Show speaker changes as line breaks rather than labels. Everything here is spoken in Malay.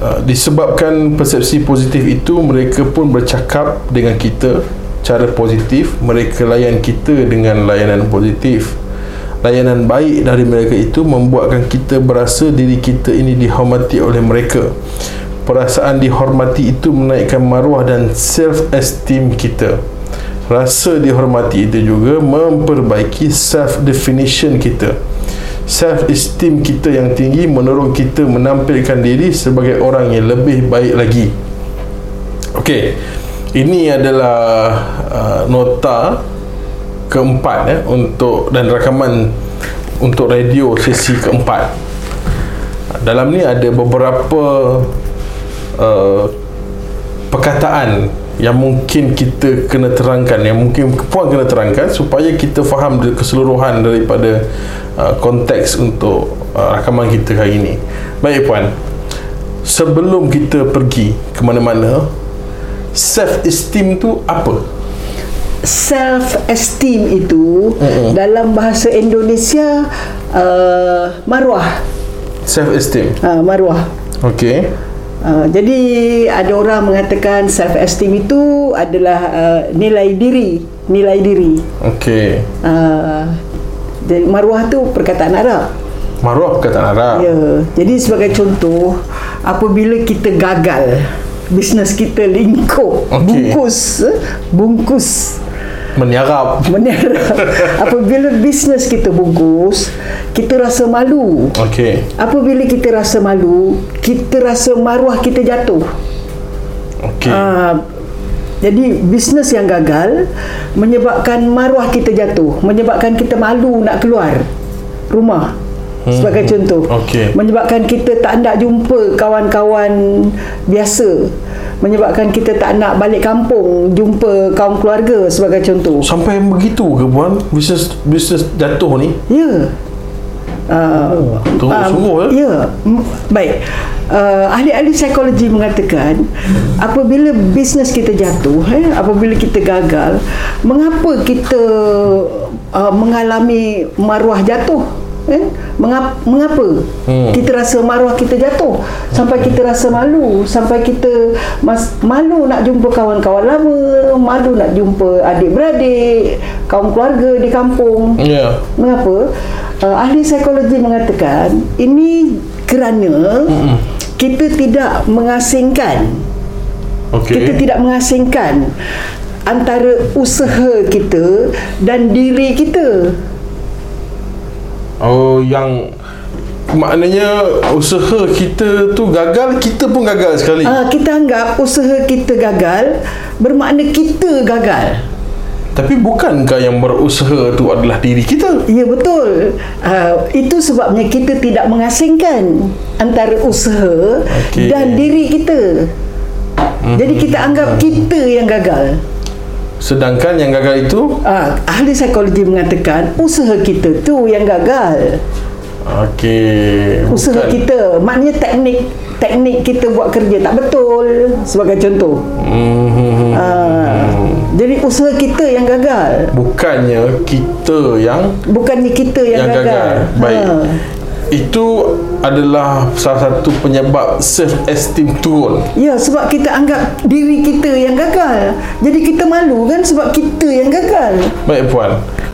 uh, disebabkan persepsi positif itu mereka pun bercakap dengan kita cara positif mereka layan kita dengan layanan positif layanan baik dari mereka itu membuatkan kita berasa diri kita ini dihormati oleh mereka perasaan dihormati itu menaikkan maruah dan self esteem kita rasa dihormati itu juga memperbaiki self definition kita self esteem kita yang tinggi mendorong kita menampilkan diri sebagai orang yang lebih baik lagi okey ini adalah uh, nota keempat eh, untuk dan rakaman untuk radio sesi keempat dalam ni ada beberapa uh, perkataan yang mungkin kita kena terangkan yang mungkin puan kena terangkan supaya kita faham keseluruhan daripada uh, konteks untuk uh, rakaman kita hari ini baik puan sebelum kita pergi ke mana-mana self esteem tu apa
self esteem itu mm-hmm. dalam bahasa Indonesia uh, maruah
self esteem
uh, maruah
okey
Uh, jadi ada orang mengatakan self esteem itu adalah uh, nilai diri, nilai diri.
Okey.
Uh, jadi maruah tu perkataan Arab.
Maruah perkataan Arab.
Ya. Jadi sebagai contoh, apabila kita gagal, bisnes kita lingkup,
Okey.
bungkus, eh, bungkus
Meniarap.
menyerap. apabila bisnes kita bungkus, kita rasa malu.
Okey.
Apabila kita rasa malu, kita rasa maruah kita jatuh.
Okey. Uh,
Ah, jadi bisnes yang gagal menyebabkan maruah kita jatuh, menyebabkan kita malu nak keluar rumah. Sebagai contoh.
Okey.
Menyebabkan kita tak nak jumpa kawan-kawan biasa. Menyebabkan kita tak nak balik kampung jumpa kaum keluarga sebagai contoh.
Sampai begitu ke puan bisnes bisnes jatuh ni?
Ya. Ah,
Teruk
Ah,
sungguh eh.
Ya, M- baik. Uh, ahli-ahli psikologi mengatakan apabila bisnes kita jatuh, eh, apabila kita gagal, mengapa kita uh, mengalami maruah jatuh? Eh? Mengapa, mengapa
Hmm.
kita rasa maruah kita jatuh sampai kita rasa malu sampai kita mas, malu nak jumpa kawan-kawan lama malu nak jumpa adik-beradik kaum keluarga di kampung
Ya. Yeah.
Mengapa? Uh, ahli psikologi mengatakan ini kerana mm kita tidak mengasingkan
Okey.
kita tidak mengasingkan antara usaha kita dan diri kita.
Oh yang maknanya usaha kita tu gagal, kita pun gagal sekali. Uh.
Uh, kita anggap usaha kita gagal bermakna kita gagal.
Tapi bukankah yang berusaha tu adalah diri kita?
Ya betul. Uh, itu sebabnya kita tidak mengasingkan antara usaha
Okey. Mm-hmm.
dan diri kita. Jadi kita anggap kita yang gagal.
Sedangkan yang gagal itu
Ah, ahli psikologi mengatakan usaha kita tu yang gagal.
okey.
Usaha
bukan.
kita maknanya teknik teknik kita buat kerja tak betul sebagai contoh.
Mhm.
Ah,
Hmm.
jadi usaha kita yang gagal.
Bukannya kita yang
Bukannya kita yang,
yang gagal. Baik.
Ha.
Itu adalah salah satu penyebab self esteem turun.
Ya sebab kita anggap diri kita yang gagal. Jadi kita malu kan sebab kita yang gagal.
Baik puan.